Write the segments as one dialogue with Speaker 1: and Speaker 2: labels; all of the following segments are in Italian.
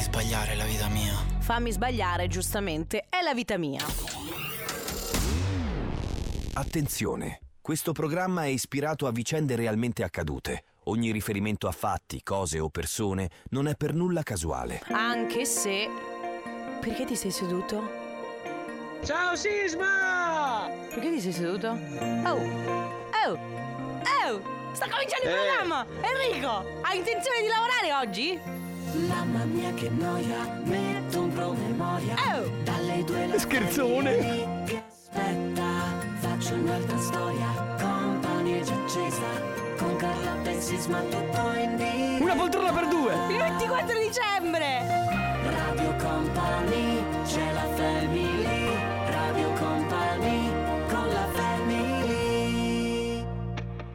Speaker 1: sbagliare la vita mia.
Speaker 2: Fammi sbagliare, giustamente, è la vita mia.
Speaker 3: Attenzione, questo programma è ispirato a vicende realmente accadute. Ogni riferimento a fatti, cose o persone non è per nulla casuale.
Speaker 2: Anche se... Perché ti sei seduto?
Speaker 4: Ciao Sisma!
Speaker 2: Perché ti sei seduto? Oh, oh, oh, sta cominciando il
Speaker 4: Eh.
Speaker 2: programma! Enrico, hai intenzione di lavorare oggi?
Speaker 5: Mamma mia che noia, metto un promemoria
Speaker 2: Oh.
Speaker 5: Dalle due la
Speaker 4: Scherzone.
Speaker 5: tele che Aspetta, faccio un'altra storia Company già accesa Con Carla Bensisma tutto in diretta
Speaker 4: Una poltrona per due!
Speaker 2: Il 24 dicembre!
Speaker 5: Radio Company, c'è la family Radio Company, con la family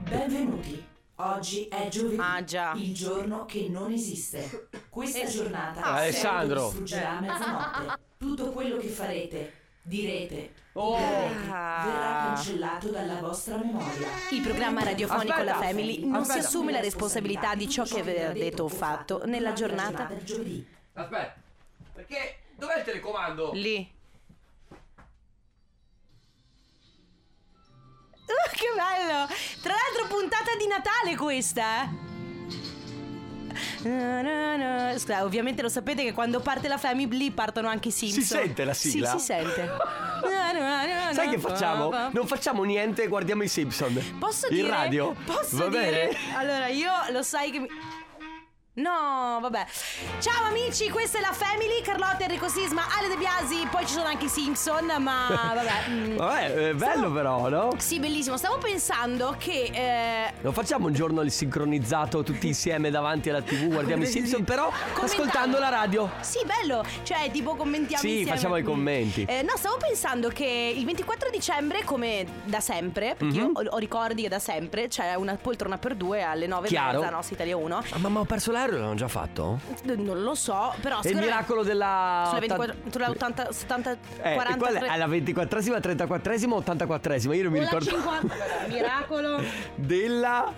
Speaker 5: Benvenuti, oggi è giovedì
Speaker 2: Ah, già.
Speaker 5: Il giorno che non esiste Questa giornata
Speaker 4: Ah, Alessandro.
Speaker 5: sfuggerà a mezzanotte Tutto quello che farete, direte
Speaker 4: Oh.
Speaker 5: direte, verrà cancellato dalla vostra memoria
Speaker 2: Il programma radiofonico
Speaker 4: Aspetta.
Speaker 2: La Family non si
Speaker 4: Aspetta.
Speaker 2: assume la responsabilità di ciò che aveva detto o fatto nella giornata.
Speaker 5: del giovedì
Speaker 6: Aspetta, perché dov'è il telecomando?
Speaker 2: Lì. Uh, che bello! Tra l'altro puntata di Natale questa, eh? Na, na, na. Scusa, ovviamente lo sapete che quando parte la Family partono anche i Simpson.
Speaker 4: Si sente la sigla?
Speaker 2: Sì, si sente. Na, na, na, na,
Speaker 4: Sai che
Speaker 2: pa,
Speaker 4: facciamo?
Speaker 2: pa.
Speaker 4: Non facciamo niente, guardiamo i Simpson.
Speaker 2: Posso
Speaker 4: In
Speaker 2: dire?
Speaker 4: radio?
Speaker 2: Posso
Speaker 4: Va
Speaker 2: dire?
Speaker 4: bene?
Speaker 2: Allora, io lo sai che mi... No, vabbè. Ciao amici, questa è la Family, Carlotta, Enrico Sisma, Ale De Biasi, poi ci sono anche i Simpson, ma vabbè. mm.
Speaker 4: Vabbè, è bello però, no?
Speaker 2: Sì, bellissimo. Stavo pensando che eh,
Speaker 4: Non facciamo un giorno il sincronizzato tutti insieme davanti alla TV, guardiamo i Simpson, però
Speaker 2: Commentando.
Speaker 4: ascoltando la radio.
Speaker 2: Sì, bello. Cioè, tipo commentiamo
Speaker 4: Sì,
Speaker 2: insieme.
Speaker 4: facciamo i commenti.
Speaker 2: Eh, no, stavo pensando che il 24 dicembre, come da sempre, perché io
Speaker 4: Mhm.
Speaker 2: ho, ho ricordi che da sempre c'è una poltrona per due alle 9 e
Speaker 4: Chiaro.
Speaker 2: mezza, no, su Italia 1.
Speaker 4: Ah, mamma, ho perso l'aereo, l'hanno già fatto?
Speaker 2: Non lo so, però
Speaker 4: È il
Speaker 2: sicuramente-
Speaker 4: miracolo della...
Speaker 2: Sulle
Speaker 4: 24
Speaker 2: 24, tra 80, 70,
Speaker 4: Ah, Eh,
Speaker 2: 40,
Speaker 4: qual è? Alla 24esima, 34esima, 84esima, io non mi
Speaker 2: o la
Speaker 4: ricordo.
Speaker 2: 50, miracolo.
Speaker 4: Della...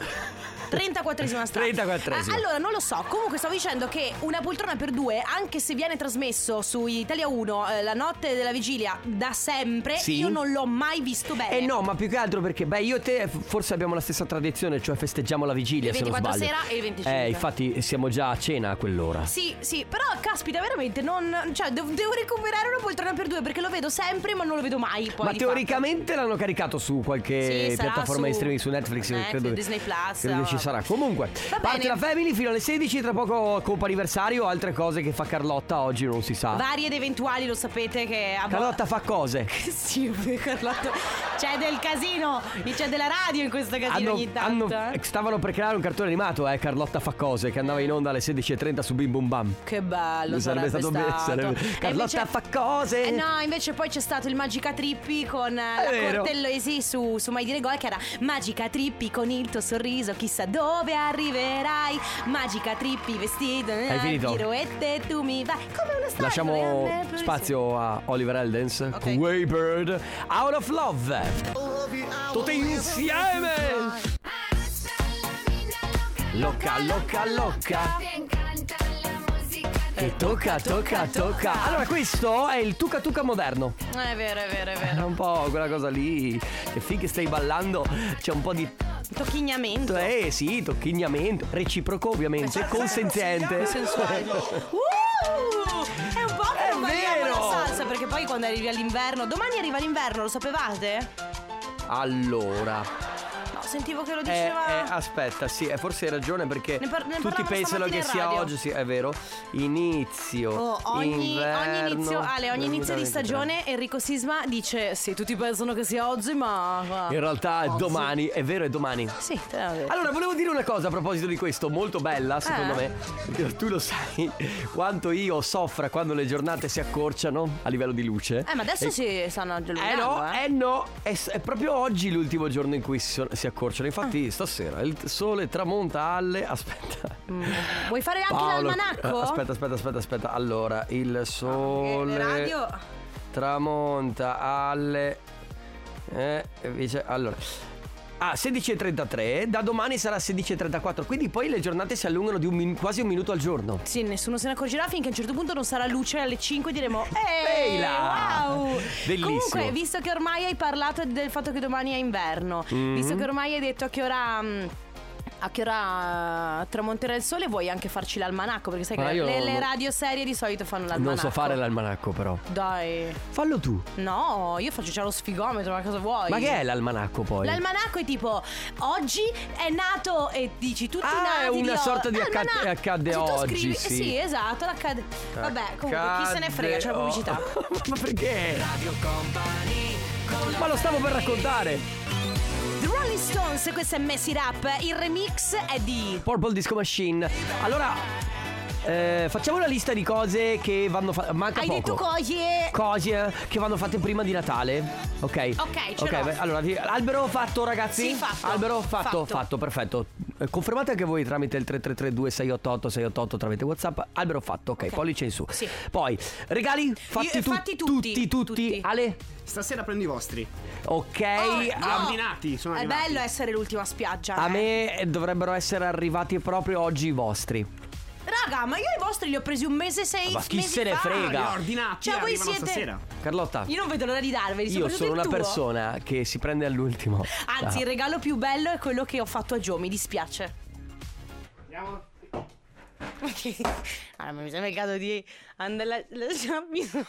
Speaker 2: 34esima strada.
Speaker 4: 34esima.
Speaker 2: Ah, allora, non lo so. Comunque, stavo dicendo che una poltrona per due, anche se viene trasmesso su Italia 1 eh, la notte della vigilia da sempre,
Speaker 4: Sì.
Speaker 2: io non l'ho mai visto bene.
Speaker 4: Eh no, ma più che altro perché, beh, io e te f- forse abbiamo la stessa tradizione, cioè festeggiamo la vigilia.
Speaker 2: Il
Speaker 4: se non
Speaker 2: 24
Speaker 4: sbaglio.
Speaker 2: sera e il 25.
Speaker 4: Eh, infatti siamo già a cena a quell'ora.
Speaker 2: Sì, sì, però caspita, veramente non. Cioè, devo, devo recuperare una poltrona per due perché lo vedo sempre, ma non lo vedo mai. Poi
Speaker 4: ma
Speaker 2: di
Speaker 4: teoricamente l'hanno caricato su qualche
Speaker 2: Sì, sarà
Speaker 4: piattaforma
Speaker 2: su
Speaker 4: di streaming su Netflix,
Speaker 2: Netflix,
Speaker 4: credo che-
Speaker 2: Disney Plus,
Speaker 4: credo che ci
Speaker 2: vabbè.
Speaker 4: sarà. Comunque,
Speaker 2: Va
Speaker 4: parte
Speaker 2: bene.
Speaker 4: la Family fino alle 16, tra poco Coppa anniversario, altre cose che fa Carlotta oggi non si sa.
Speaker 2: fatto. Varie ed eventuali, lo sapete che a vo-
Speaker 4: Carlotta fa cose.
Speaker 2: Sì, Carlotta. C'è del casino, c'è della radio in questo casino
Speaker 4: Hanno-
Speaker 2: ogni tanto.
Speaker 4: hanno-
Speaker 2: eh.
Speaker 4: stavano per creare un cartone animato, eh, Carlotta fa cose, che andava in onda alle 16.30 su Bim Bum Bam.
Speaker 2: Che bello,
Speaker 4: Sarebbe
Speaker 2: sarebbe,
Speaker 4: stato be- sarebbe-
Speaker 2: E
Speaker 4: Carlotta fa cose!
Speaker 2: Eh no, invece poi c'è stato il Magica Trippi con eh, la
Speaker 4: vero.
Speaker 2: Cortellesi su, su Mai Dire Gol che era Magica Trippi con il tuo sorriso, chissà dove arriverai. Magica Trippi vestito, eh,
Speaker 4: finito?
Speaker 2: piroette tu mi vai. Come una storia.
Speaker 4: Lasciamo
Speaker 2: eh, eh,
Speaker 4: spazio a Oliver Eldens con Waybird Out of Love. Tutti insieme! Locca, locca, locca. Eh, E tocca, tocca, tocca. Allora, questo è il tuca tuca moderno.
Speaker 2: Eh, È vero, è vero, è
Speaker 4: È
Speaker 2: vero.
Speaker 4: un po' quella cosa lì. E finché stai ballando c'è un po' di.
Speaker 2: Tocchignamento.
Speaker 4: Eh sì, tocchignamento. Reciproco, ovviamente. Consenziente.
Speaker 2: Uh, è un po' che
Speaker 4: È
Speaker 2: non balliamo
Speaker 4: vero!
Speaker 2: la salsa perché poi quando arrivi all'inverno, domani arriva l'inverno, lo sapevate?
Speaker 4: Allora.
Speaker 2: No, sentivo che lo
Speaker 4: Eh, eh,
Speaker 2: diceva.
Speaker 4: aspetta, sì, eh, forse hai ragione perché
Speaker 2: Ne par- ne
Speaker 4: tutti
Speaker 2: parlavano
Speaker 4: pensano che
Speaker 2: stamattina in
Speaker 4: sia
Speaker 2: radio.
Speaker 4: oggi, sì, è vero. Inizio.
Speaker 2: Oh, ogni,
Speaker 4: inverno,
Speaker 2: ogni inizio, Ale, ogni inizio di
Speaker 4: 2023.
Speaker 2: stagione Enrico Sisma dice Sì, tutti pensano che sia oggi, ma...
Speaker 4: In realtà è domani, è vero, è domani.
Speaker 2: Sì, te l'avevo detto.
Speaker 4: Allora, volevo dire una cosa a proposito di questo, molto bella secondo
Speaker 2: Eh.
Speaker 4: me. Perché Tu lo sai quanto io soffra quando le giornate si accorciano a livello di luce.
Speaker 2: Eh, ma adesso
Speaker 4: E-
Speaker 2: si stanno allungando,
Speaker 4: Eh no,
Speaker 2: eh.
Speaker 4: eh no, è, s- è proprio oggi l'ultimo giorno in cui si, sono- si accorciano.
Speaker 2: Ah.
Speaker 4: Infatti, stasera il sole tramonta alle. Aspetta.
Speaker 2: Mm. Vuoi fare anche
Speaker 4: Paolo-
Speaker 2: l'almanacco?
Speaker 4: eh, Aspetta, aspetta, aspetta, aspetta. Allora, il sole
Speaker 2: Eh, radio.
Speaker 4: tramonta alle eh, e dice- allora a 16.33, da domani sarà 16.34, quindi poi le giornate si allungano di un min- quasi un minuto al giorno.
Speaker 2: Sì, nessuno se ne accorgerà finché a un certo punto non sarà luce alle 5 e diremo Ehi,
Speaker 4: Ehi là!"
Speaker 2: wow!
Speaker 4: Bellissimo.
Speaker 2: Comunque, visto che ormai hai parlato del fatto che domani è inverno
Speaker 4: Mm-hmm.
Speaker 2: Visto che ormai hai detto a che ora... mm, a che ora eh, tramonterà il sole vuoi anche farci l'almanacco? Perché sai
Speaker 4: Ma
Speaker 2: che
Speaker 4: io
Speaker 2: le, le
Speaker 4: non-
Speaker 2: radioserie di solito fanno l'almanacco.
Speaker 4: Non so fare l'almanacco però.
Speaker 2: Dai.
Speaker 4: Fallo tu.
Speaker 2: No, io faccio già lo sfigometro, ma cosa vuoi?
Speaker 4: Ma che è l'almanacco poi?
Speaker 2: L'almanacco è tipo oggi è nato e dici tutti
Speaker 4: Ah,
Speaker 2: nati
Speaker 4: è una
Speaker 2: o-
Speaker 4: sorta di acca-
Speaker 2: Almanacco.
Speaker 4: accade
Speaker 2: Se tu
Speaker 4: oggi,
Speaker 2: scrivi-
Speaker 4: sì.
Speaker 2: sì, esatto, l'accade. Vabbè, comunque chi se ne frega, c'è la pubblicità.
Speaker 4: Ma perché? Ma lo stavo per raccontare.
Speaker 2: The Rolling Stones, questo è Messy Rap, il remix è di
Speaker 4: Purple Disco Machine. Allora eh, facciamo una lista di cose che vanno fatte. Manca
Speaker 2: Hai
Speaker 4: poco.
Speaker 2: detto coglie.
Speaker 4: cose che vanno fatte prima di Natale. Ok.
Speaker 2: Ok, ce
Speaker 4: Ok,
Speaker 2: l'ho.
Speaker 4: beh, allora, vi- albero fatto, ragazzi.
Speaker 2: Sì, fatto.
Speaker 4: Albero fatto,
Speaker 2: Fatto.
Speaker 4: fatto, perfetto. Eh, Confermate anche voi tramite il 3332 688 688 tramite WhatsApp. Albero fatto, ok, pollice in su.
Speaker 2: Sì.
Speaker 4: Poi regali fatti,
Speaker 2: Io-
Speaker 4: tu-
Speaker 2: fatti tutti.
Speaker 4: tutti,
Speaker 2: Tutti.
Speaker 4: Ale.
Speaker 1: Stasera prendo i vostri.
Speaker 4: Ok,
Speaker 2: Oh, no.
Speaker 4: a-
Speaker 1: ordinati, sono
Speaker 2: È
Speaker 1: arrivati.
Speaker 2: bello essere l'ultima spiaggia.
Speaker 4: a
Speaker 2: eh.
Speaker 4: me eh, dovrebbero essere arrivati proprio oggi i vostri.
Speaker 2: Raga, ma io i vostri li ho presi un mese e sei
Speaker 4: Ma chi
Speaker 2: mesi
Speaker 4: se ne
Speaker 2: fa.
Speaker 1: Ah, li
Speaker 4: frega?
Speaker 1: ho ordinati,
Speaker 2: Cioè, voi
Speaker 1: arrivano
Speaker 2: siete-
Speaker 1: stasera.
Speaker 4: Carlotta,
Speaker 2: Io non vedo l'ora di darveli,
Speaker 4: io
Speaker 2: soprattutto
Speaker 4: sono una
Speaker 2: il tuo.
Speaker 4: persona che si prende all'ultimo.
Speaker 2: Anzi,
Speaker 4: Ah.
Speaker 2: il regalo più bello è quello che ho fatto a Gio, mi dispiace. Andiamo. Allora, mi sembra il caso di andare a lasciarmi su.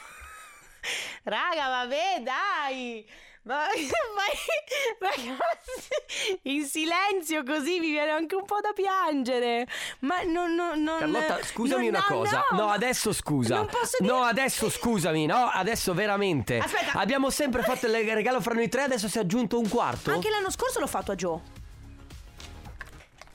Speaker 2: Raga, vabbè, dai. Ma, ma- ragazzi, in silenzio così mi viene anche un po' da piangere. Ma non, non, non-
Speaker 4: Carlotta, scusami
Speaker 2: non-
Speaker 4: una
Speaker 2: no,
Speaker 4: cosa. No,
Speaker 2: ma-
Speaker 4: adesso scusa.
Speaker 2: Non posso dire...
Speaker 4: No, adesso scusami. No, adesso veramente.
Speaker 2: Aspetta.
Speaker 4: Abbiamo sempre fatto il regalo fra noi tre, adesso si è aggiunto un quarto.
Speaker 2: Anche l'anno scorso l'ho fatto a Joe.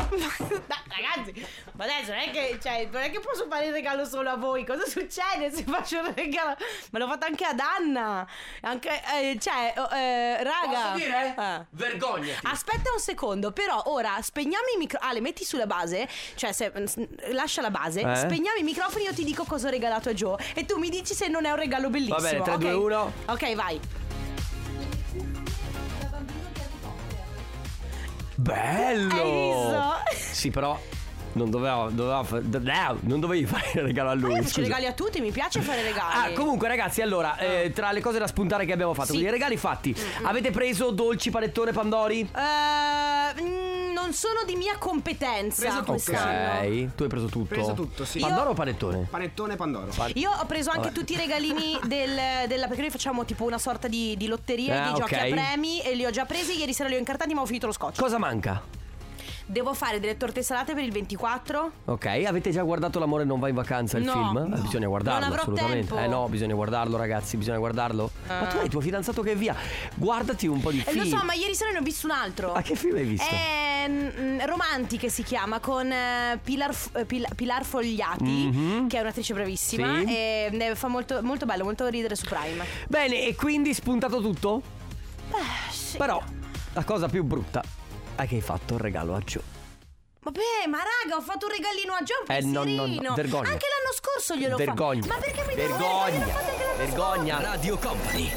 Speaker 2: ragazzi, ma adesso non è, che, cioè, non è che posso fare il regalo solo a voi. Cosa succede se faccio il regalo? Ma l'ho fatto anche ad Anna. Anche, eh, cioè, oh, eh, raga.
Speaker 6: Posso dire?
Speaker 2: Ah.
Speaker 6: Vergognati.
Speaker 2: Aspetta un secondo, però ora spegniamo i microfoni. Ale, metti sulla base, cioè se- s- lascia la base,
Speaker 4: Eh?
Speaker 2: spegniamo i microfoni, io ti dico cosa ho regalato a Joe e tu mi dici se non è un regalo bellissimo.
Speaker 4: Va bene, tre,
Speaker 2: ok?
Speaker 4: due, uno.
Speaker 2: Ok, vai.
Speaker 4: Bello.
Speaker 2: Hai visto?
Speaker 4: Sì, però non doveva, doveva fa- d- no, non dovevi fare il regalo a lui.
Speaker 2: Ma io
Speaker 4: scusa.
Speaker 2: faccio regali a tutti, mi piace fare regali.
Speaker 4: Ah, comunque ragazzi, allora, eh, tra le cose da spuntare che abbiamo fatto,
Speaker 2: Sì.
Speaker 4: quindi i regali fatti, avete preso dolci, panettone, pandori?
Speaker 2: Eh, mm, non sono di mia competenza
Speaker 1: Preso tutto,
Speaker 2: quest'anno.
Speaker 4: Ok, tu hai preso tutto.
Speaker 1: Preso tutto, sì.
Speaker 4: Pandoro
Speaker 2: Io-
Speaker 4: o panettone?
Speaker 1: Panettone e Pandoro.
Speaker 2: Io ho preso anche tutti i regalini del- della. Perché noi facciamo tipo una sorta di, di lotteria
Speaker 4: Ah,
Speaker 2: di giochi
Speaker 4: ok.
Speaker 2: a premi e li ho già presi. Ieri sera li ho incartati, ma ho finito lo scotch.
Speaker 4: Cosa manca?
Speaker 2: Devo fare delle torte salate per il 24.
Speaker 4: Ok, avete già guardato L'amore non va in vacanza il
Speaker 2: No.
Speaker 4: film? Eh,
Speaker 2: No.
Speaker 4: Bisogna guardarlo
Speaker 2: Non avrò
Speaker 4: assolutamente.
Speaker 2: tempo.
Speaker 4: Eh no, bisogna guardarlo ragazzi, bisogna guardarlo. Ma tu hai il tuo fidanzato che è via. Guardati un po' di
Speaker 2: E
Speaker 4: film.
Speaker 2: Eh, lo so, ma ieri sera ne ho visto un altro.
Speaker 4: Ma che film hai visto?
Speaker 2: È mm, Romantiche si chiama con eh, Pilar, F- eh, Pil- Pilar Fogliati, che è un'attrice bravissima.
Speaker 4: Mhm. Sì.
Speaker 2: E ne fa molto, molto bello, molto ridere su Prime.
Speaker 4: Bene, e quindi spuntato tutto?
Speaker 2: sì.
Speaker 4: Però la cosa più brutta è che hai fatto il regalo a Gio.
Speaker 2: Vabbè, ma raga, ho fatto un regalino a John
Speaker 4: Eh, no, no, no,
Speaker 2: pensierino.
Speaker 4: vergogna.
Speaker 2: Anche l'anno scorso gliel'ho fatto.
Speaker 4: Vergogna.
Speaker 2: Ma perché mi devo
Speaker 4: Vergogna.
Speaker 2: vergognare? L'ho fatto anche l'anno
Speaker 4: Vergogna. Radio Company.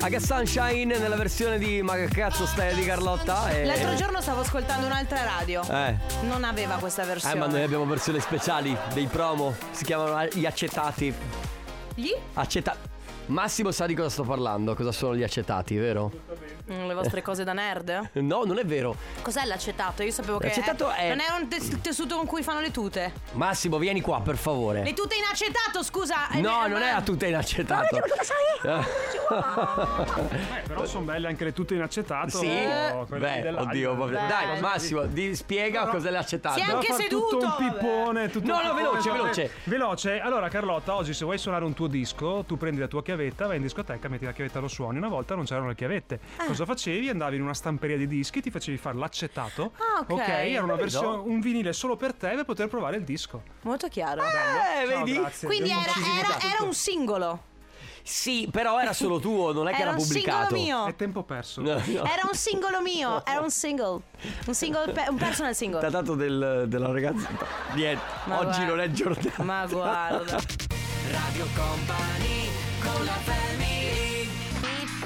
Speaker 4: Aga Sunshine nella versione di Ma che cazzo stai di Carlotta?
Speaker 2: scorso.
Speaker 4: E...
Speaker 2: L'altro giorno stavo ascoltando un'altra radio.
Speaker 4: Eh.
Speaker 2: Non aveva questa versione.
Speaker 4: Eh, ma noi abbiamo versioni speciali dei promo. Si chiamano gli accettati.
Speaker 2: Gli?
Speaker 4: Accetta. Massimo sa di cosa sto parlando, cosa sono gli accettati, vero?
Speaker 2: Mm, Le vostre cose da nerd?
Speaker 4: No, non è vero.
Speaker 2: Cos'è l'acetato? Io sapevo che
Speaker 4: L'acetato è-
Speaker 2: non è un tes- tessuto con cui fanno le tute.
Speaker 4: Massimo, vieni qua, per favore.
Speaker 2: Le tute in acetato, scusa. eh,
Speaker 4: Eh. No,
Speaker 2: ma-
Speaker 4: non è la tuta in accettato. Ah,
Speaker 7: Beh, Eh, però sono belle anche le tutte in acetato.
Speaker 4: Sì. Eh.
Speaker 7: Oh, quelle
Speaker 4: Beh,
Speaker 7: dell'alba.
Speaker 4: oddio, vabbè. Dai,
Speaker 2: Eh, Beh.
Speaker 4: Massimo, ti spiega cos'è l'accettato.
Speaker 2: Sì,
Speaker 7: Devo
Speaker 2: anche
Speaker 7: far
Speaker 2: seduto,
Speaker 7: tutto un
Speaker 2: vabbè.
Speaker 7: pippone tutto
Speaker 4: No,
Speaker 7: un
Speaker 4: no,
Speaker 7: pippone,
Speaker 4: veloce,
Speaker 7: vabbè.
Speaker 4: veloce.
Speaker 7: veloce allora Carlotta oggi se vuoi suonare un tuo disco tu prendi la tua chiavetta vai in discoteca metti la chiavetta lo suoni una volta non c'erano le chiavette
Speaker 2: Ah.
Speaker 7: cosa facevi andavi in una stamperia di dischi ti facevi fare l'acetato
Speaker 2: Ah, ok.
Speaker 7: era una
Speaker 4: Bello.
Speaker 7: versione un vinile solo per te per poter provare il disco
Speaker 2: Molto chiaro.
Speaker 7: Bello.
Speaker 4: Eh,
Speaker 7: Ciao,
Speaker 4: vedi?
Speaker 7: grazie.
Speaker 2: Quindi
Speaker 7: Abbiamo
Speaker 2: era,
Speaker 7: ucciso
Speaker 2: era-
Speaker 7: tutto.
Speaker 2: era un singolo.
Speaker 4: Sì, però era solo tuo, non è che
Speaker 2: Era
Speaker 4: era,
Speaker 2: un
Speaker 4: pubblicato.
Speaker 2: singolo mio.
Speaker 7: È tempo perso.
Speaker 4: No, no.
Speaker 2: Era un singolo mio, era un single. Un single, pe- un personal
Speaker 4: T'ha
Speaker 2: single.
Speaker 4: dato del- della ragazza. Niente,
Speaker 2: Ma
Speaker 4: oggi
Speaker 2: guarda-
Speaker 4: non è giornata.
Speaker 2: Ma guarda.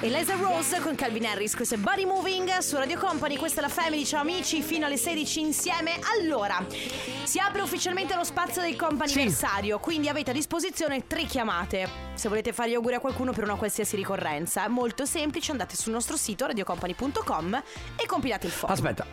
Speaker 2: E Laser Rose con Calvin Harris, questo è Body Moving su Radio Company, questa è la Family, ciao amici, fino alle 16 insieme. Allora, si apre ufficialmente lo spazio del company anniversario, quindi avete a disposizione tre chiamate. Se volete fare gli auguri a qualcuno per una qualsiasi ricorrenza, è molto semplice, andate sul nostro sito radiocompany.com e compilate il form.
Speaker 4: Aspetta.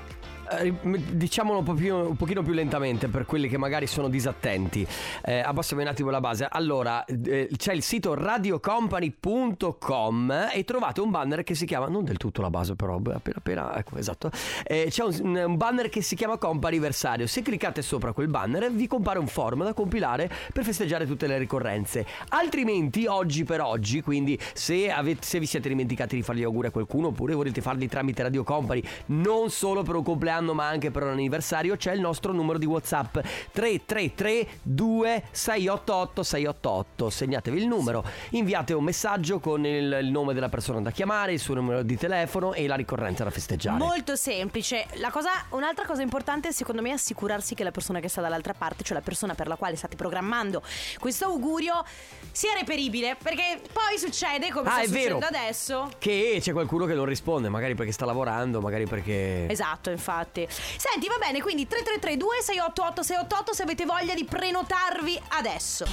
Speaker 4: eh, rim- Diciamolo un, po' più- un pochino più lentamente per quelli che magari sono disattenti. Eh, abbassiamo un attimo la base. Allora, eh, c'è il sito radiocompany.com e trovate un banner che si chiama. Non del tutto la base, però beh, appena appena. Ecco, esatto. Eh, c'è un, un banner che si chiama Companiversario. Se cliccate sopra quel banner vi compare un form da compilare per festeggiare tutte le ricorrenze. Altrimenti, oggi per oggi, quindi se, avete- se vi siete dimenticati di fargli auguri a qualcuno oppure volete farli tramite Radio Company, non solo per un compleanno ma anche per un anniversario, c'è il nostro numero di WhatsApp 333 2688 688. Segnatevi il numero, inviate un messaggio con il, il nome della persona da chiamare, il suo numero di telefono e la ricorrenza da festeggiare.
Speaker 2: Molto semplice. La cosa, un'altra cosa importante, secondo me, è assicurarsi che la persona che sta dall'altra parte, cioè la persona per la quale state programmando questo augurio, sia reperibile. Perché poi succede come
Speaker 4: Ah,
Speaker 2: sta
Speaker 4: è vero.
Speaker 2: succedendo adesso.
Speaker 4: Che c'è qualcuno che non risponde, magari perché sta lavorando, magari perché.
Speaker 2: Esatto, infatti. Senti, va bene, quindi 3332 688 688 se avete voglia di prenotarvi adesso.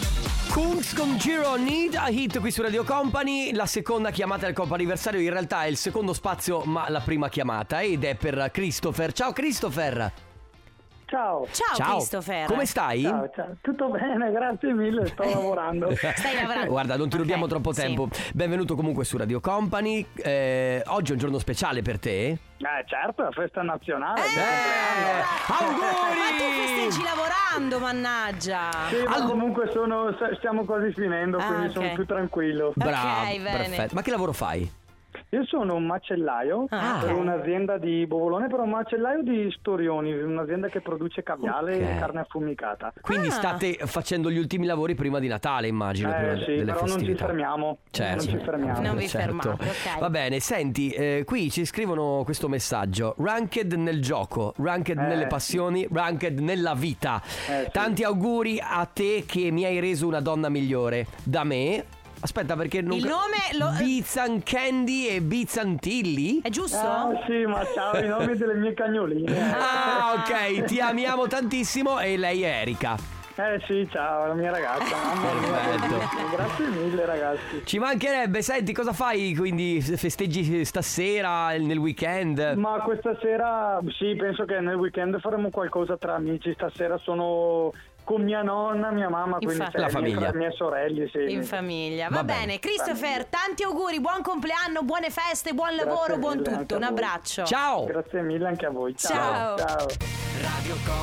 Speaker 4: Kunz con Giro Need a hit qui su Radio Company, la seconda chiamata del Coppa Anniversario, in realtà è il secondo spazio ma la prima chiamata ed è per Christopher. Ciao Christopher!
Speaker 8: Ciao.
Speaker 2: Ciao, Christopher.
Speaker 4: Come stai?
Speaker 8: Ciao, ciao. Eh, cioè, Tutto bene, grazie mille, sto lavorando.
Speaker 2: Stai lavorando.
Speaker 4: Guarda, non ti
Speaker 2: Ok,
Speaker 4: rubiamo troppo
Speaker 2: sì.
Speaker 4: tempo. Benvenuto comunque su Radio Company. Eh, oggi è un giorno speciale per te.
Speaker 8: Eh, certo, è la festa nazionale.
Speaker 2: Eh, Ma tu
Speaker 4: auguri!
Speaker 2: festeggi lavorando, mannaggia.
Speaker 8: Sì, ma
Speaker 4: Al-
Speaker 8: comunque sono, s- stiamo quasi finendo,
Speaker 2: Ah,
Speaker 8: quindi
Speaker 2: ok.
Speaker 8: sono più tranquillo.
Speaker 4: Bravo,
Speaker 2: bene.
Speaker 4: perfetto. Ma che lavoro fai?
Speaker 8: Io sono un macellaio
Speaker 2: Ah,
Speaker 8: per
Speaker 2: ok.
Speaker 8: un'azienda di Bovolone, però un macellaio di Storioni, un'azienda che produce caviale
Speaker 4: Ok.
Speaker 8: e carne affumicata.
Speaker 4: Eh, Quindi
Speaker 2: Ah.
Speaker 4: state facendo gli ultimi lavori prima di Natale, immagino. prima
Speaker 8: Eh,
Speaker 4: de-
Speaker 8: sì,
Speaker 4: delle
Speaker 8: però non ci
Speaker 4: festività.
Speaker 8: fermiamo.
Speaker 4: Certo.
Speaker 8: Non ci fermiamo.
Speaker 2: Non vi
Speaker 4: Certo.
Speaker 2: fermate, ok.
Speaker 4: Va bene, senti, eh, qui ci scrivono questo messaggio: Ranked nel gioco, ranked
Speaker 8: Eh.
Speaker 4: nelle passioni, ranked nella vita.
Speaker 8: Eh, sì.
Speaker 4: Tanti auguri a te che mi hai reso una donna migliore. Da me. Aspetta, perché non.
Speaker 2: Il nome lo-
Speaker 4: Bizan Candy e Bizantilli?
Speaker 2: È giusto?
Speaker 8: Ah, sì, ma ciao, i nomi delle mie cagnoline.
Speaker 4: Ah, ok, ti amiamo tantissimo e lei è Erika.
Speaker 8: Eh sì, ciao, la mia ragazza. mamma mia.
Speaker 4: Perfetto.
Speaker 8: Grazie mille ragazzi.
Speaker 4: Ci mancherebbe, senti, cosa fai quindi? Festeggi stasera, nel weekend?
Speaker 8: Ma questa sera sì, penso che nel weekend faremo qualcosa tra amici. Stasera sono con mia nonna, mia mamma, quindi
Speaker 2: Infatti.
Speaker 8: cioè,
Speaker 4: La
Speaker 8: mie
Speaker 4: famiglia.
Speaker 8: fra- mie sorelle, sì.
Speaker 2: In famiglia. Va,
Speaker 4: Va
Speaker 2: bene.
Speaker 4: bene.
Speaker 2: Christopher, tanti auguri, buon compleanno, buone feste, buon
Speaker 8: Grazie
Speaker 2: lavoro,
Speaker 8: mille,
Speaker 2: buon
Speaker 8: anche
Speaker 2: tutto.
Speaker 8: a
Speaker 2: Un
Speaker 8: voi.
Speaker 2: abbraccio.
Speaker 4: Ciao!
Speaker 8: Grazie mille anche a voi.
Speaker 2: Ciao.
Speaker 8: Ciao. ciao.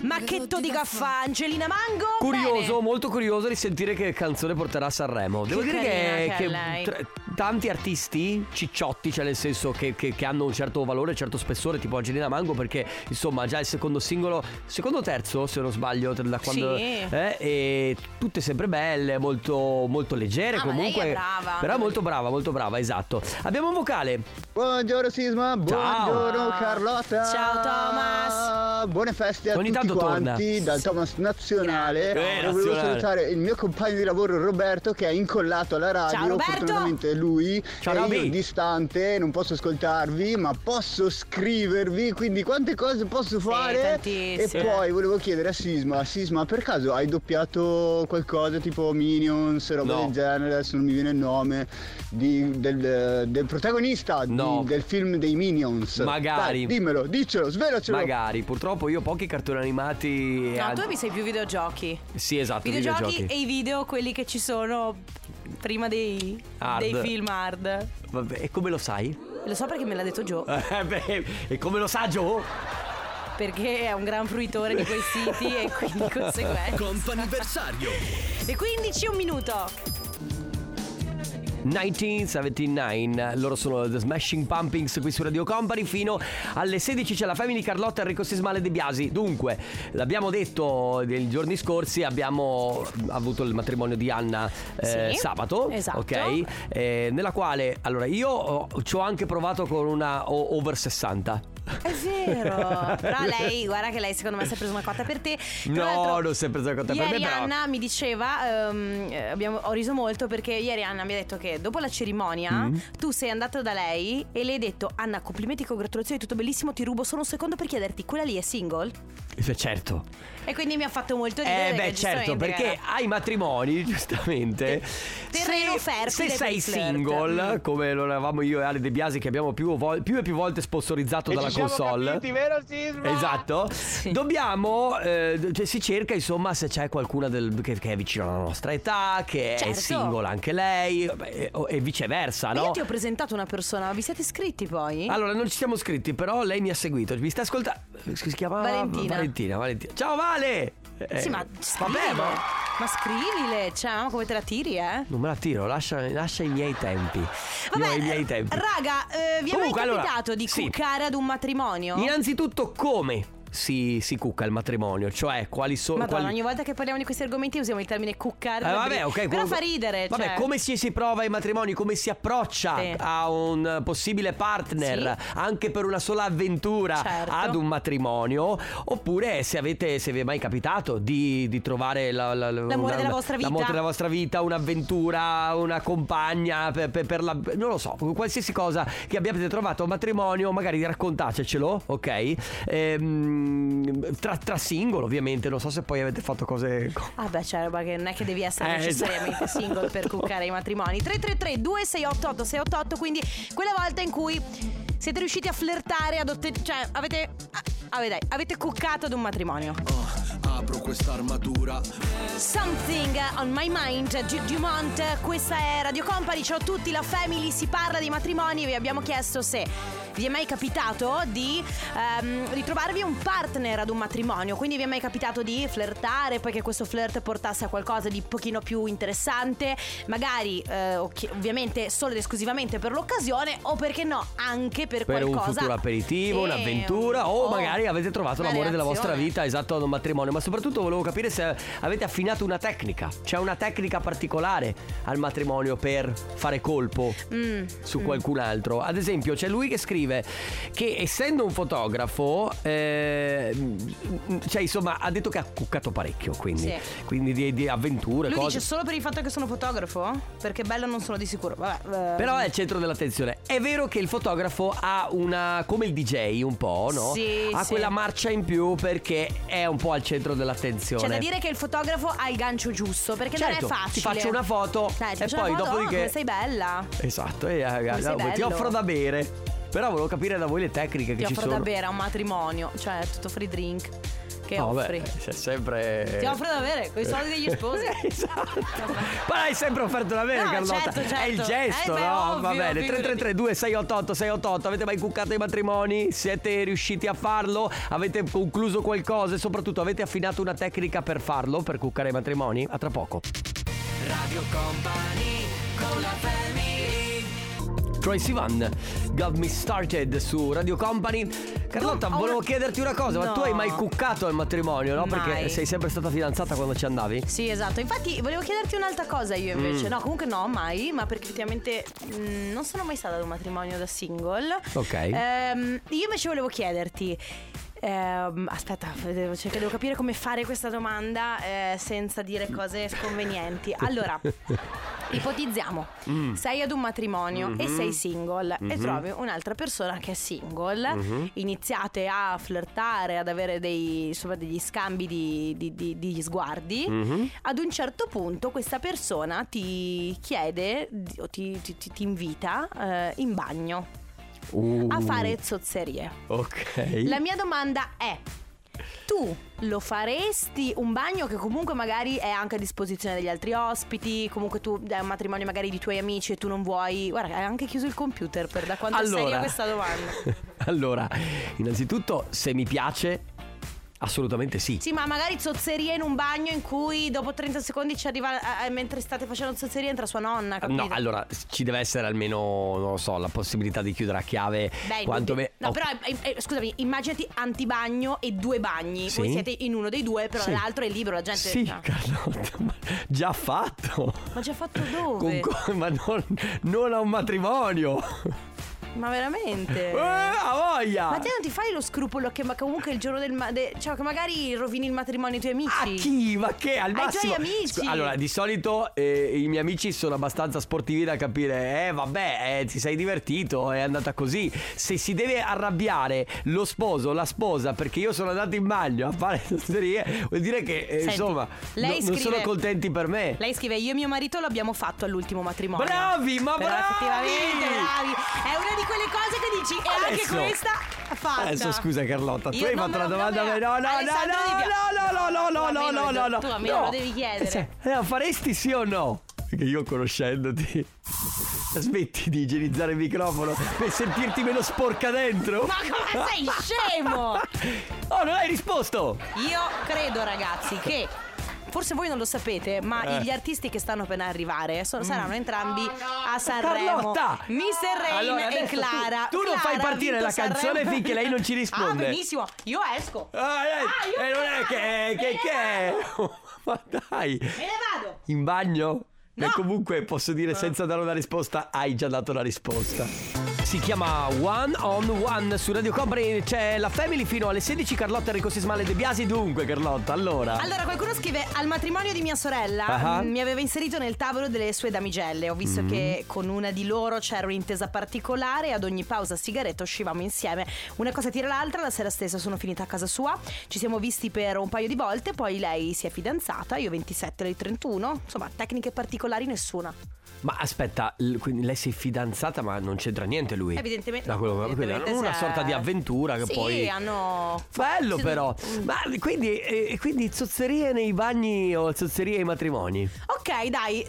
Speaker 2: Macchetto di Gaffà, Angelina Mango.
Speaker 4: Curioso,
Speaker 2: bene.
Speaker 4: molto curioso di sentire che canzone porterà a Sanremo. Devo
Speaker 2: Che
Speaker 4: dire
Speaker 2: carina
Speaker 4: che,
Speaker 2: che è lei.
Speaker 4: tra- tanti artisti cicciotti, cioè nel senso che, che- che hanno un certo valore, un certo spessore, tipo Angelina Mango, perché insomma già il secondo singolo, secondo o terzo se non sbaglio, da quando...
Speaker 2: Sì.
Speaker 4: eh, e tutte sempre belle, molto, molto leggere
Speaker 2: Ah, ma lei è
Speaker 4: comunque.
Speaker 2: brava.
Speaker 4: Però molto brava, molto brava, esatto. Abbiamo un vocale.
Speaker 9: Buongiorno Sisma, buongiorno Carlotta.
Speaker 2: Ciao, Thomas.
Speaker 9: Buone feste a
Speaker 4: Ogni
Speaker 9: tutti
Speaker 4: tanto torna.
Speaker 9: quanti dal Thomas Nazionale.
Speaker 4: Grazie. Eh,
Speaker 9: Io volevo
Speaker 4: nazionale.
Speaker 9: salutare il mio compagno di lavoro Roberto che è incollato alla radio.
Speaker 2: Ciao, Roberto.
Speaker 9: Fortunatamente è lui
Speaker 4: Ciao,
Speaker 9: e
Speaker 4: Roby.
Speaker 9: io distante, non posso ascoltarvi, ma posso scrivervi, quindi quante cose posso fare? E
Speaker 2: tantissime.
Speaker 9: poi volevo chiedere a Sisma, Sisma per caso hai doppiato qualcosa tipo Minions, roba
Speaker 4: No.
Speaker 9: del genere, adesso non mi viene il nome di- del, del protagonista di-
Speaker 4: No.
Speaker 9: del film dei Minions.
Speaker 4: Magari.
Speaker 9: Dai, dimmelo, diccelo, svelacelo.
Speaker 4: Magari, purtroppo io ho pochi cartoni animati. e
Speaker 2: No,
Speaker 4: an-
Speaker 2: tu mi sei più videogiochi.
Speaker 4: Sì, esatto,
Speaker 2: videogiochi,
Speaker 4: videogiochi.
Speaker 2: e i video, quelli che ci sono prima dei,
Speaker 4: Hard.
Speaker 2: dei film hard.
Speaker 4: Vabbè, e come lo sai?
Speaker 2: Lo so perché me l'ha detto Joe,
Speaker 4: Eh, beh, e come lo sa Gio?
Speaker 2: perché è un gran fruitore di quei siti e quindi di conseguenza.
Speaker 3: Comp'anniversario!
Speaker 2: Le 15 e un minuto.
Speaker 4: 1979. Loro sono The Smashing Pumpings qui su Radio Company. Fino alle 16 c'è la Family Carlotta Enrico Sismale De Biasi. Dunque, l'abbiamo detto nei giorni scorsi, abbiamo avuto il matrimonio di Anna eh,
Speaker 2: Sì,
Speaker 4: sabato.
Speaker 2: esatto.
Speaker 4: Ok. Eh, nella quale, allora, io ho- ci ho anche provato con una o- over 60.
Speaker 2: È vero. Però lei, guarda che lei secondo me si è presa una cotta per te. Tra
Speaker 4: No,
Speaker 2: l'altro,
Speaker 4: non si è presa una cotta per
Speaker 2: ieri
Speaker 4: me, però-
Speaker 2: Anna mi diceva, ehm, eh, abbiamo- ho riso molto perché ieri Anna mi ha detto che dopo la cerimonia
Speaker 4: Mm.
Speaker 2: tu sei andata da lei e le hai detto Anna, complimenti, congratulazioni, tutto bellissimo, ti rubo solo un secondo per chiederti, quella lì è single?
Speaker 4: Cioè, certo.
Speaker 2: E quindi mi ha fatto molto ridere.
Speaker 4: Eh beh
Speaker 2: perché
Speaker 4: certo
Speaker 2: giustamente
Speaker 4: perché
Speaker 2: era-
Speaker 4: ai matrimoni giustamente
Speaker 2: terreno
Speaker 4: se-
Speaker 2: fertile
Speaker 4: Se
Speaker 2: per
Speaker 4: sei
Speaker 2: il flirt.
Speaker 4: single
Speaker 2: Mm.
Speaker 4: come lo eravamo io e Ale De Biasi che abbiamo più, vol- più e più volte sponsorizzato dalla console
Speaker 9: vero Sisma?
Speaker 4: Esatto Dobbiamo eh, cioè, Si cerca insomma se c'è qualcuna del- che, che è vicina alla nostra età Che è
Speaker 2: Certo.
Speaker 4: single anche lei E, e viceversa
Speaker 2: Ma
Speaker 4: no?
Speaker 2: Io ti ho presentato una persona, ma vi siete iscritti poi?
Speaker 4: Allora, non ci siamo scritti, però lei mi ha seguito. Mi sta ascoltando. Si chiama
Speaker 2: Valentina.
Speaker 4: Valentina, Valentina. Ciao Vale! Eh,
Speaker 2: sì, ma
Speaker 4: Vabbè,
Speaker 2: scrivile.
Speaker 4: ma
Speaker 2: Ma scrivile, cioè, mamma come te la tiri, eh?
Speaker 4: Non me la tiro, lascia, lascia i miei tempi. Io
Speaker 2: Vabbè,
Speaker 4: ho i miei tempi.
Speaker 2: raga, eh, vi è mai
Speaker 4: Comunque, allora,
Speaker 2: capitato di
Speaker 4: sì.
Speaker 2: cuccare ad un matrimonio?
Speaker 4: Innanzitutto, come si, si cucca il matrimonio? Cioè, quali sono.
Speaker 2: Madonna,
Speaker 4: quali-
Speaker 2: ogni volta che parliamo di questi argomenti usiamo il termine cuccare.
Speaker 4: Eh,
Speaker 2: per
Speaker 4: vabbè,
Speaker 2: dire-
Speaker 4: ok.
Speaker 2: Però
Speaker 4: comunque-
Speaker 2: fa ridere.
Speaker 4: Vabbè,
Speaker 2: cioè.
Speaker 4: come si, si prova ai matrimoni, come si approccia
Speaker 2: Sì.
Speaker 4: a un eh, possibile partner, anche per una sola avventura
Speaker 2: Certo.
Speaker 4: ad un matrimonio. Oppure se avete, se vi è mai capitato di, di trovare la- la- la-
Speaker 2: L'amore della vostra vita.
Speaker 4: l'amore della vostra vita, un'avventura, una compagna, per, per- per la. non lo so, qualsiasi cosa che abbiate trovato a un matrimonio, magari raccontatecelo, ok? Ehm, tra, tra singolo, ovviamente, non so se poi avete fatto cose.
Speaker 2: Ah beh, cioè, ma che non è che devi essere
Speaker 4: Eh,
Speaker 2: necessariamente
Speaker 4: esatto.
Speaker 2: single per cuccare i matrimoni. 333 2688 688, quindi quella volta in cui siete riusciti a flirtare, ad ottenere, cioè avete ah, avete, avete cuccato ad un matrimonio.
Speaker 6: Oh, Apro quest'armatura.
Speaker 2: Something on my mind, G- Dumont, questa è Radio Company, ciao a tutti, la Family, si parla di matrimoni, vi abbiamo chiesto se vi è mai capitato di ehm, ritrovarvi un partner ad un matrimonio, quindi vi è mai capitato di flirtare, poi che questo flirt portasse a qualcosa di pochino più interessante, magari eh, occhi- ovviamente solo ed esclusivamente per l'occasione o perché no, anche per,
Speaker 4: per
Speaker 2: qualcosa...
Speaker 4: un futuro aperitivo,
Speaker 2: Sì,
Speaker 4: un'avventura o
Speaker 2: oh,
Speaker 4: magari avete trovato
Speaker 2: una
Speaker 4: l'amore della vostra
Speaker 2: relazione.
Speaker 4: vita esatto ad un matrimonio, ma soprattutto volevo capire se avete affinato una tecnica, c'è una tecnica particolare al matrimonio per fare colpo
Speaker 2: Mm,
Speaker 4: su qualcun altro. Ad esempio c'è lui che scrive che essendo un fotografo, eh, cioè insomma ha detto che ha cuccato parecchio, quindi,
Speaker 2: Sì.
Speaker 4: quindi di, di avventure,
Speaker 2: Lui
Speaker 4: cose.
Speaker 2: dice solo per il fatto che sono fotografo? Perché bello non sono di sicuro. Vabbè. eh,
Speaker 4: Però è il centro dell'attenzione. È vero che il fotografo ha una. come il DJ un po', no?
Speaker 2: Sì,
Speaker 4: ha
Speaker 2: sì.
Speaker 4: quella marcia in più perché è un po' al centro dell'attenzione.
Speaker 2: C'è Cioè, da dire che il fotografo ha il gancio giusto perché
Speaker 4: Certo,
Speaker 2: non è facile.
Speaker 4: ti faccio una foto
Speaker 2: Dai, ti
Speaker 4: e
Speaker 2: faccio una
Speaker 4: poi
Speaker 2: foto,
Speaker 4: dopodiché-
Speaker 2: oh, come sei bella.
Speaker 4: Esatto, e, eh,
Speaker 2: sei
Speaker 4: guarda, ti
Speaker 2: bello.
Speaker 4: offro da bere. Però volevo capire da voi le tecniche
Speaker 2: Ti
Speaker 4: che ci
Speaker 2: offro
Speaker 4: sono.
Speaker 2: da bere a un matrimonio, cioè tutto free drink che
Speaker 4: No, vabbè,
Speaker 2: offri.
Speaker 4: c'è sempre.
Speaker 2: Ti offro da bere con i soldi degli sposi.
Speaker 4: Eh. esatto. Ma hai sempre offerto da bere,
Speaker 2: No,
Speaker 4: Carlotta.
Speaker 2: certo, certo.
Speaker 4: È il gesto,
Speaker 2: Eh, beh,
Speaker 4: no? Va
Speaker 2: ovvio,
Speaker 4: bene.
Speaker 2: figurati.
Speaker 4: 3332 688 688. Avete mai cuccato i matrimoni? Siete riusciti a farlo? Avete concluso qualcosa? E soprattutto avete affinato una tecnica per farlo, per cuccare i matrimoni? A tra poco. Troy Sivan, Got Me Started su Radio Company. Carlotta,
Speaker 2: Tu- ho
Speaker 4: volevo
Speaker 2: una-
Speaker 4: chiederti una cosa, ma tu
Speaker 2: No.
Speaker 4: hai mai cuccato al matrimonio, no? Perché
Speaker 2: Mai.
Speaker 4: sei sempre stata fidanzata quando ci andavi?
Speaker 2: Sì, esatto. Infatti volevo chiederti un'altra cosa io invece.
Speaker 4: Mm.
Speaker 2: No, comunque no, mai, ma perché effettivamente mh, non sono mai stata ad un matrimonio da single.
Speaker 4: Ok.
Speaker 2: Ehm, io invece volevo chiederti. ehm, aspetta, devo, cercare- devo capire come fare questa domanda eh, senza dire cose sconvenienti. Allora, ipotizziamo: sei ad un matrimonio e sei single e trovi un'altra persona che è single. Iniziate a flirtare, ad avere dei, insomma, degli scambi di, di- di- di sguardi.
Speaker 4: Mm. Mhm.
Speaker 2: Ad un certo punto, questa persona ti chiede di- o ti, ti- ti- ti invita eh, in bagno
Speaker 4: Uh,
Speaker 2: a fare zozzerie.
Speaker 4: Ok.
Speaker 2: La mia domanda è: tu lo faresti un bagno che comunque magari è anche a disposizione degli altri ospiti? Comunque tu dai un matrimonio magari di tuoi amici e tu non vuoi. Guarda, hai anche chiuso il computer per da quanto è seria questa domanda.
Speaker 4: allora, innanzitutto, se mi piace, Assolutamente sì.
Speaker 2: Sì, ma magari zozzeria in un bagno in cui dopo 30 secondi ci arriva, eh, eh, mentre state facendo zozzeria, entra sua nonna. Capito?
Speaker 4: No, allora ci deve essere almeno, non lo so, la possibilità di chiudere a chiave.
Speaker 2: Beh,
Speaker 4: quanto me...
Speaker 2: No,
Speaker 4: Oh,
Speaker 2: però eh, eh, scusami, immaginati antibagno e due bagni. Voi
Speaker 4: Sì.
Speaker 2: siete in uno dei due, però
Speaker 4: Sì.
Speaker 2: l'altro è libero, la gente.
Speaker 4: Sì,
Speaker 2: Ah,
Speaker 4: Carlotta, ma già fatto.
Speaker 2: Ma già fatto dove?
Speaker 4: Con co- ma non, non a un matrimonio.
Speaker 2: Ma veramente?
Speaker 4: Eh, ha voglia.
Speaker 2: Ma te non ti fai lo scrupolo che ma comunque il giorno del ma- de- cioè che magari rovini il matrimonio ai tuoi
Speaker 4: A
Speaker 2: amici?
Speaker 4: Ah, chi? Ma che? Al
Speaker 2: Ai tuoi
Speaker 4: massimo.
Speaker 2: amici.
Speaker 4: Scu- Allora, di solito eh, i miei amici sono abbastanza sportivi da capire, eh vabbè, eh, ti sei divertito, è andata così. Se si deve arrabbiare lo sposo, la sposa, perché io sono andato in bagno a fare tosserie, vuol dire che, eh,
Speaker 2: Senti,
Speaker 4: insomma,
Speaker 2: lei
Speaker 4: no- non
Speaker 2: scrive-
Speaker 4: sono contenti per me.
Speaker 2: Lei scrive io e mio marito l'abbiamo fatto all'ultimo matrimonio.
Speaker 4: Bravi, ma
Speaker 2: Però
Speaker 4: bravi!
Speaker 2: effettivamente bravi. È una di quelle cose che dici e anche
Speaker 4: Adesso-
Speaker 2: questa fatta.
Speaker 4: Adesso scusa Carlotta, tu
Speaker 2: Io
Speaker 4: hai
Speaker 2: non
Speaker 4: fatto
Speaker 2: me
Speaker 4: la
Speaker 2: lo-
Speaker 4: domanda
Speaker 2: non me
Speaker 4: no,
Speaker 2: la-
Speaker 4: no, no,
Speaker 2: Alessandro Di Pia-
Speaker 4: no, no, no, no,
Speaker 2: tu a
Speaker 4: no,
Speaker 2: me
Speaker 4: no,
Speaker 2: lo-
Speaker 4: no, no.
Speaker 2: tu a me lo
Speaker 4: no.
Speaker 2: devi chiedere.
Speaker 4: Cioè, eh, lo faresti sì o no? Perché io conoscendoti smetti di igienizzare il microfono per sentirti meno sporca dentro.
Speaker 2: Ma come sei scemo?
Speaker 4: Oh, non hai risposto.
Speaker 2: Io credo, ragazzi, che. Forse voi non lo sapete,
Speaker 4: Eh.
Speaker 2: ma gli artisti che stanno appena arrivare so- saranno entrambi a Sanremo.
Speaker 4: Mm. Carlotta!
Speaker 2: Mister Rain
Speaker 4: Allora,
Speaker 2: e
Speaker 4: adesso tu-
Speaker 2: Clara.
Speaker 4: tu non
Speaker 2: Clara
Speaker 4: fai
Speaker 2: ha
Speaker 4: partire
Speaker 2: vinto
Speaker 4: la canzone
Speaker 2: Sanremo.
Speaker 4: finché lei non ci risponde.
Speaker 2: Ah, benissimo, io esco.
Speaker 4: Ah, eh,
Speaker 2: Ah, io
Speaker 4: eh, non è che
Speaker 2: me ne
Speaker 4: che che è? Ma dai.
Speaker 2: Me ne vado.
Speaker 4: In bagno?
Speaker 2: No. Eh.
Speaker 4: E comunque posso dire senza dare una risposta, hai già dato la risposta. Si chiama One on One su Radio Company, c'è la Family fino alle 16, Carlotta Enrico Sismale De Biasi. Dunque, Carlotta, allora.
Speaker 2: Allora, qualcuno scrive: Al matrimonio di mia sorella
Speaker 4: Ah.
Speaker 2: mh, mi aveva inserito nel tavolo delle sue damigelle. Ho visto
Speaker 4: Mm-hmm.
Speaker 2: che con una di loro c'era un'intesa particolare. Ad ogni pausa sigaretta uscivamo insieme. Una cosa tira l'altra. La sera stessa sono finita a casa sua. Ci siamo visti per un paio di volte. Poi lei si è fidanzata. Io 27, lei 31. Insomma, tecniche particolari nessuna.
Speaker 4: Ma aspetta, l- quindi lei si è fidanzata, ma non c'entra niente lui.
Speaker 2: Evidentemente
Speaker 4: Da
Speaker 2: no,
Speaker 4: quello- quindi
Speaker 2: evidentemente
Speaker 4: una
Speaker 2: c'è-
Speaker 4: sorta di avventura che
Speaker 2: Sì,
Speaker 4: poi.
Speaker 2: hanno-
Speaker 4: Bello,
Speaker 2: Sì, Mm.
Speaker 4: però. Ma quindi, eh, quindi zozzerie nei bagni o zozzerie ai matrimoni?
Speaker 2: Ok, dai.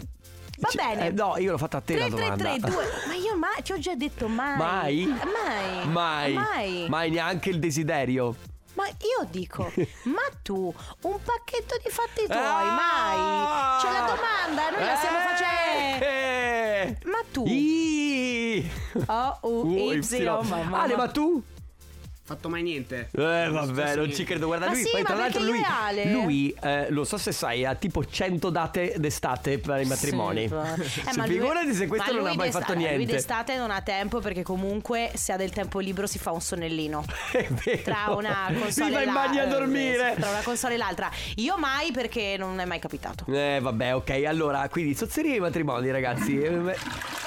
Speaker 2: Va
Speaker 4: Cioè,
Speaker 2: bene.
Speaker 4: eh, no, io l'ho fatta a te la
Speaker 2: 3, 3,
Speaker 4: domanda.
Speaker 2: 3, 2. Ma io mai, ti ho già detto mai.
Speaker 4: Mai?
Speaker 2: Mai.
Speaker 4: Mai.
Speaker 2: Mai.
Speaker 4: Mai neanche il desiderio.
Speaker 2: Ma io dico, ma tu un pacchetto di fatti tuoi,
Speaker 4: Ah!
Speaker 2: mai? C'è la domanda, noi la stiamo
Speaker 4: Eh!
Speaker 2: facendo. Ma tu?
Speaker 4: Ecco! I-
Speaker 2: O, U,
Speaker 4: U, Ah,
Speaker 2: Y, mamma.
Speaker 4: Ale, ma tu?
Speaker 1: Fatto mai niente.
Speaker 4: Eh, vabbè, non ci credo. Guarda,
Speaker 2: Ma
Speaker 4: lui,
Speaker 2: sì,
Speaker 4: poi,
Speaker 2: ma
Speaker 4: tra l'altro,
Speaker 2: perché
Speaker 4: lui,
Speaker 2: io e Ale?
Speaker 4: lui eh, lo so se sai, ha tipo 100 date d'estate per i matrimoni.
Speaker 2: Sì,
Speaker 4: Se
Speaker 2: boh. Eh, ma lui-
Speaker 4: figurati se questo
Speaker 2: ma
Speaker 4: non ha
Speaker 2: lui
Speaker 4: mai
Speaker 2: d'estate-
Speaker 4: fatto
Speaker 2: Lui
Speaker 4: niente.
Speaker 2: d'estate non ha tempo perché comunque se ha del tempo libero si fa un sonnellino.
Speaker 4: È vero.
Speaker 2: Tra una console
Speaker 4: Si va
Speaker 2: e
Speaker 4: in
Speaker 2: la-
Speaker 4: bagno a
Speaker 2: eh,
Speaker 4: dormire.
Speaker 2: sì, Tra una console e l'altra. Io mai perché non è mai capitato.
Speaker 4: Eh, vabbè, ok. Allora, quindi zozzerie e matrimoni, ragazzi. Eh, beh.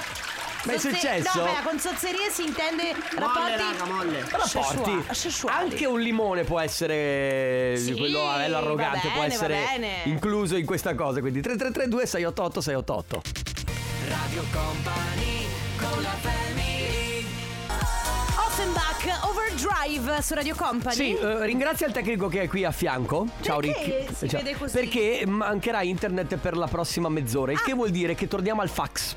Speaker 4: Ma è
Speaker 2: Sozze-
Speaker 4: successo?
Speaker 2: No, beh, con zozzerie si intende
Speaker 1: Molle,
Speaker 2: rapporti
Speaker 1: raga, molle.
Speaker 4: Rapporti.
Speaker 2: sessuali- sessuali.
Speaker 4: Anche un limone può essere
Speaker 2: Sì,
Speaker 4: quello bello arrogante,
Speaker 2: va
Speaker 4: può
Speaker 2: bene,
Speaker 4: essere
Speaker 2: va bene.
Speaker 4: incluso in questa cosa. Quindi 3332 688 688.
Speaker 2: Offenbach Overdrive su Radio Company.
Speaker 4: Sì, eh, ringrazia il tecnico che è qui a fianco. Ciao
Speaker 2: Perché
Speaker 4: Ricky.
Speaker 2: si vede così?
Speaker 4: Perché mancherà internet per la prossima mezz'ora, il
Speaker 2: Ah.
Speaker 4: che vuol dire che torniamo al fax.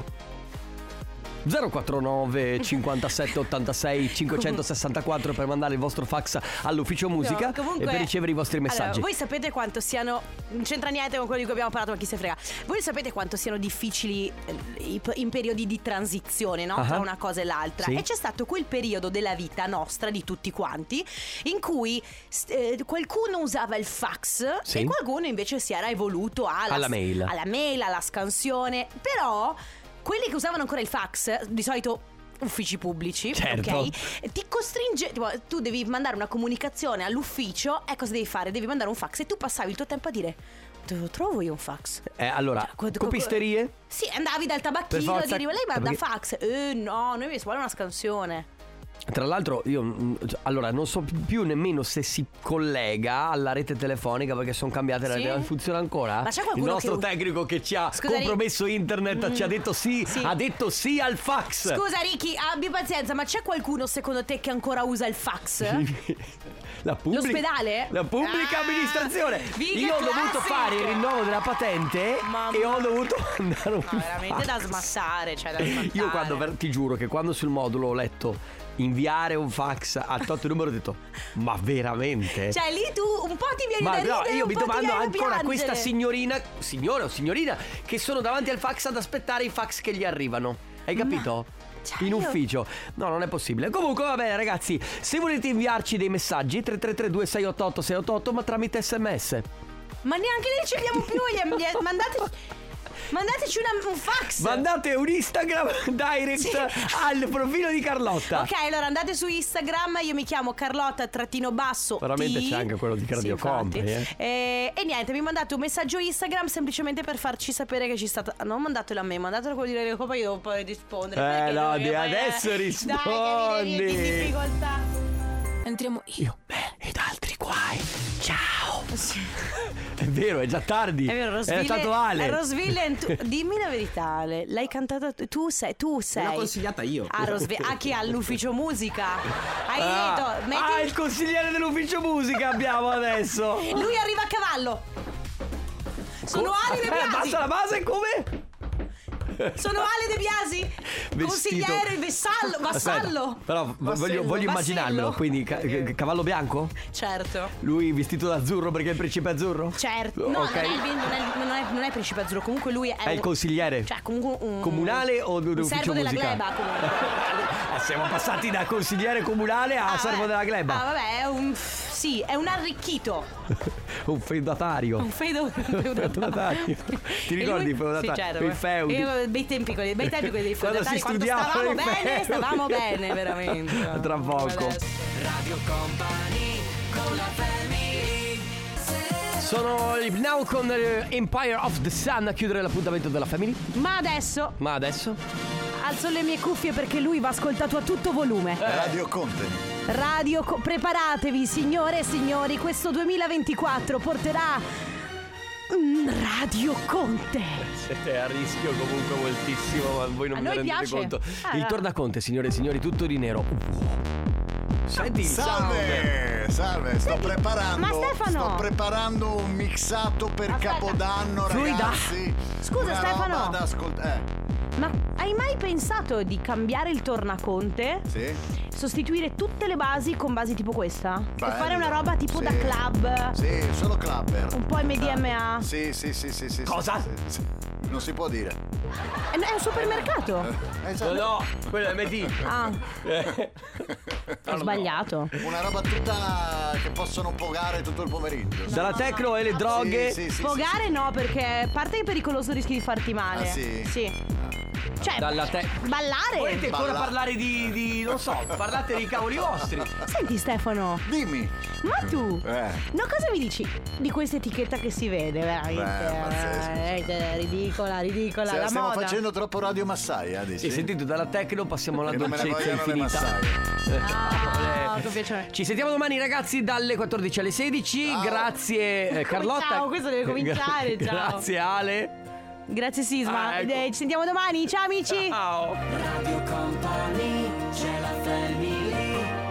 Speaker 4: 049 57 86 564 per mandare il vostro fax all'ufficio musica
Speaker 2: No, comunque-
Speaker 4: e per ricevere i vostri
Speaker 2: Allora,
Speaker 4: messaggi.
Speaker 2: voi sapete quanto siano. Non c'entra niente con quello di cui abbiamo parlato, ma chi se frega. Voi sapete quanto siano difficili eh, i- in periodi di transizione, no?
Speaker 4: Ah.
Speaker 2: Tra una cosa e l'altra.
Speaker 4: Sì.
Speaker 2: E c'è stato quel periodo della vita nostra, di tutti quanti, in cui s- eh, qualcuno usava il fax
Speaker 4: Sì.
Speaker 2: e qualcuno invece si era evoluto alla,
Speaker 4: Alla mail.
Speaker 2: alla mail, alla scansione. Però quelli che usavano ancora il fax, di solito. Uffici pubblici,
Speaker 4: Certo.
Speaker 2: ok? ti costringe, tipo, tu devi mandare una comunicazione all'ufficio e cosa devi fare? Devi mandare un fax e tu passavi il tuo tempo a dire dove lo trovo io un fax?
Speaker 4: Eh, allora,
Speaker 2: Cioè, co- co-
Speaker 4: copisterie?
Speaker 2: Sì, andavi dal tabacchino
Speaker 4: Per
Speaker 2: e
Speaker 4: forza-
Speaker 2: dicevi lei manda
Speaker 4: perché-
Speaker 2: fax. Eh no, noi mi vuole una scansione.
Speaker 4: Tra l'altro io mm, cioè, allora non so più nemmeno se si collega alla rete telefonica perché sono cambiate
Speaker 2: Sì?
Speaker 4: le rete, funziona ancora?
Speaker 2: Ma c'è
Speaker 4: Il
Speaker 2: qualcuno
Speaker 4: nostro
Speaker 2: che-
Speaker 4: tecnico che ci ha
Speaker 2: Scusa,
Speaker 4: compromesso internet ci ha detto sì,
Speaker 2: Sì.
Speaker 4: ha detto sì al fax.
Speaker 2: Scusa Ricky, abbi pazienza, ma c'è qualcuno secondo te che ancora usa il fax?
Speaker 4: La pubblica-
Speaker 2: L'ospedale?
Speaker 4: La pubblica
Speaker 2: Ah,
Speaker 4: amministrazione.
Speaker 2: big
Speaker 4: Io ho dovuto
Speaker 2: classic.
Speaker 4: fare il rinnovo della patente
Speaker 2: Mamma.
Speaker 4: e ho dovuto andare un
Speaker 2: No, veramente
Speaker 4: fax.
Speaker 2: da smassare, cioè da smassare.
Speaker 4: Io quando ver- ti giuro che quando sul modulo ho letto inviare un fax al tot numero ho detto ma veramente?
Speaker 2: Cioè, lì tu un po' ti viene da
Speaker 4: Ma no,
Speaker 2: ridere,
Speaker 4: io
Speaker 2: un
Speaker 4: mi
Speaker 2: po' ti
Speaker 4: domando
Speaker 2: viene da
Speaker 4: ancora a questa
Speaker 2: piangere.
Speaker 4: signorina, signora o signorina, che sono davanti al fax ad aspettare i fax che gli arrivano. Hai capito?
Speaker 2: cioè,
Speaker 4: In
Speaker 2: io-
Speaker 4: ufficio, no, non è possibile. Comunque, va bene, ragazzi. Se volete inviarci dei messaggi, 3332 688 688, ma tramite sms.
Speaker 2: Ma neanche li riceviamo più. Gli, gli- mandate, mandateci una- un fax.
Speaker 4: Mandate un Instagram direct
Speaker 2: Sì.
Speaker 4: al profilo di Carlotta.
Speaker 2: Ok, allora andate su Instagram, io mi chiamo Carlotta trattino basso.
Speaker 4: Veramente
Speaker 2: T.
Speaker 4: c'è anche quello di Cardio
Speaker 2: sì, infatti.
Speaker 4: Company,
Speaker 2: Eh, E niente, mi mandate un messaggio Instagram semplicemente per farci sapere che ci state. ah, Non mandatelo a me, mandatelo a quello di Radio Company, io devo poi rispondere.
Speaker 4: Eh,
Speaker 2: perché
Speaker 4: no,
Speaker 2: devo-
Speaker 4: di-
Speaker 2: poi- eh,
Speaker 4: adesso
Speaker 2: Dai, che mi viene
Speaker 4: rispondi.
Speaker 2: in difficoltà.
Speaker 10: Entriamo
Speaker 4: Io, me ed altri guai. Ciao. È vero, è già tardi.
Speaker 2: È vero, Rosville.
Speaker 4: È stato Ale.
Speaker 2: Rosville, è in tu- dimmi la verità, Ale. L'hai cantata tu? Tu sei. Tu sei.
Speaker 9: L'ho consigliata io.
Speaker 2: A Rosville. A chi? All'ufficio musica. Hai
Speaker 4: Ah,
Speaker 2: detto. metti-
Speaker 4: ah, il consigliere dell'ufficio musica abbiamo adesso.
Speaker 2: Lui arriva a cavallo. Sono Ale De
Speaker 4: Eh,
Speaker 2: Biasi.
Speaker 4: Basta la base come?
Speaker 2: Sono Ale De Biasi. Consigliere, vessallo, vassallo.
Speaker 4: Aspetta, però v- voglio,
Speaker 2: Vassello. Eh.
Speaker 4: voglio immaginarmelo.
Speaker 2: Vassello.
Speaker 4: Quindi, ca- ca- cavallo bianco?
Speaker 2: Certo.
Speaker 4: Lui vestito d'azzurro perché è il principe azzurro?
Speaker 2: Certo. No,
Speaker 4: Ok.
Speaker 2: non, è il, non, è, il- non, è, non è il principe azzurro. Comunque lui è.
Speaker 4: È il
Speaker 2: un-
Speaker 4: consigliere.
Speaker 2: Cioè, comunque un.
Speaker 4: Comunale o d-
Speaker 2: un
Speaker 4: d'ufficio
Speaker 2: servo della
Speaker 4: musicale?
Speaker 2: gleba, comunque.
Speaker 4: Eh, Siamo passati da consigliere comunale a
Speaker 2: Ah,
Speaker 4: servo
Speaker 2: vabbè.
Speaker 4: della gleba.
Speaker 2: Ah, vabbè, è un. Sì, è un arricchito.
Speaker 4: Un feudatario.
Speaker 2: Un feudo-
Speaker 4: Feudatario.
Speaker 2: feudatario.
Speaker 4: Ti ricordi i feudatario?
Speaker 2: Sì, certo.
Speaker 4: Quei feudi.
Speaker 2: Io- Bei tempi quelli, bei tempi quelli dei
Speaker 4: Quando si
Speaker 2: feudatari. Quando,
Speaker 4: studiava
Speaker 2: stavamo
Speaker 4: i feudi.
Speaker 2: bene, stavamo bene, veramente.
Speaker 4: A tra poco. Sono i Now con eh, Empire of the Sun a chiudere l'appuntamento della Family.
Speaker 2: Ma adesso
Speaker 4: Ma adesso?
Speaker 2: alzo le mie cuffie perché lui va ascoltato a tutto volume.
Speaker 8: Eh.
Speaker 11: Radio Company.
Speaker 2: Radio, Co- preparatevi, signore e signori, questo 2024 porterà mm, Radio Conte.
Speaker 4: Siete a rischio comunque moltissimo, ma voi non
Speaker 2: A
Speaker 4: vi
Speaker 2: noi
Speaker 4: rendete
Speaker 2: piace.
Speaker 4: conto.
Speaker 2: Ah,
Speaker 4: Il
Speaker 2: no.
Speaker 4: tornaconte, signore e signori, tutto di nero. Senti il sound.
Speaker 8: Salve, salve, sto preparando.
Speaker 2: ma Stefano!
Speaker 8: Sto preparando un mixato per
Speaker 2: Aspetta.
Speaker 8: Capodanno,
Speaker 4: Fluida.
Speaker 8: ragazzi.
Speaker 2: Scusa,
Speaker 8: Una
Speaker 2: Stefano.
Speaker 8: roba da ascolt- eh,
Speaker 2: Ma hai mai pensato di cambiare il tornaconte?
Speaker 8: sì.
Speaker 2: Sostituire tutte le basi con basi tipo questa?
Speaker 8: Bello.
Speaker 2: E fare una roba tipo
Speaker 8: Sì.
Speaker 2: da club?
Speaker 8: Sì, solo clubber. Ah.
Speaker 2: Un po' MDMA?
Speaker 8: Sì, sì, sì, sì, sì.
Speaker 4: Cosa?
Speaker 8: sì, sì, sì. Non si può dire.
Speaker 2: Eh, no, È un supermercato?
Speaker 8: Eh,
Speaker 4: No,
Speaker 8: esatto.
Speaker 4: no, quello è MD.
Speaker 2: Ah, ho sbagliato.
Speaker 8: Una roba tutta che possono pogare tutto il pomeriggio.
Speaker 4: Dalla tecno e le droghe.
Speaker 8: Sì, sì, sì,
Speaker 2: Sfogare no, perché a parte è pericoloso rischi di farti male.
Speaker 8: Ah, sì?
Speaker 2: Cioè,
Speaker 4: Dalla te-
Speaker 2: ballare.
Speaker 4: Volete ancora
Speaker 8: Balla.
Speaker 4: parlare di, di- non so, parlate di cavoli vostri.
Speaker 2: Senti Stefano,
Speaker 8: sì. Dimmi.
Speaker 2: ma tu,
Speaker 8: Eh.
Speaker 2: no, cosa mi dici di questa etichetta che si vede? Veramente,
Speaker 8: Beh, pazzesco.
Speaker 2: veramente, ridicola, ridicola.
Speaker 8: Se
Speaker 2: la
Speaker 8: la Cioè, stiamo
Speaker 2: moda.
Speaker 8: facendo troppo radio massaia, dici?
Speaker 4: E sentite, dalla tecno passiamo alla
Speaker 8: Che non me ne
Speaker 4: dolcezza
Speaker 8: vogliono le
Speaker 4: infinita. Eh.
Speaker 8: massaie.
Speaker 2: Ah, che piacere.
Speaker 4: Ci sentiamo domani ragazzi dalle 14 alle 16.
Speaker 8: Ciao.
Speaker 4: Grazie eh, Carlotta.
Speaker 2: Ciao, questo deve cominciare,
Speaker 4: Gra-
Speaker 2: ciao.
Speaker 4: Grazie Ale.
Speaker 2: Grazie Sisma.
Speaker 4: Ah, ecco.
Speaker 2: Eh, ci sentiamo domani. Ciao amici.
Speaker 4: Ciao.
Speaker 10: Radio Company, c'è la family,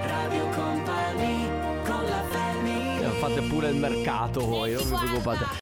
Speaker 10: Radio Company, con la family.
Speaker 4: Fate pure il mercato voi, non vi preoccupate.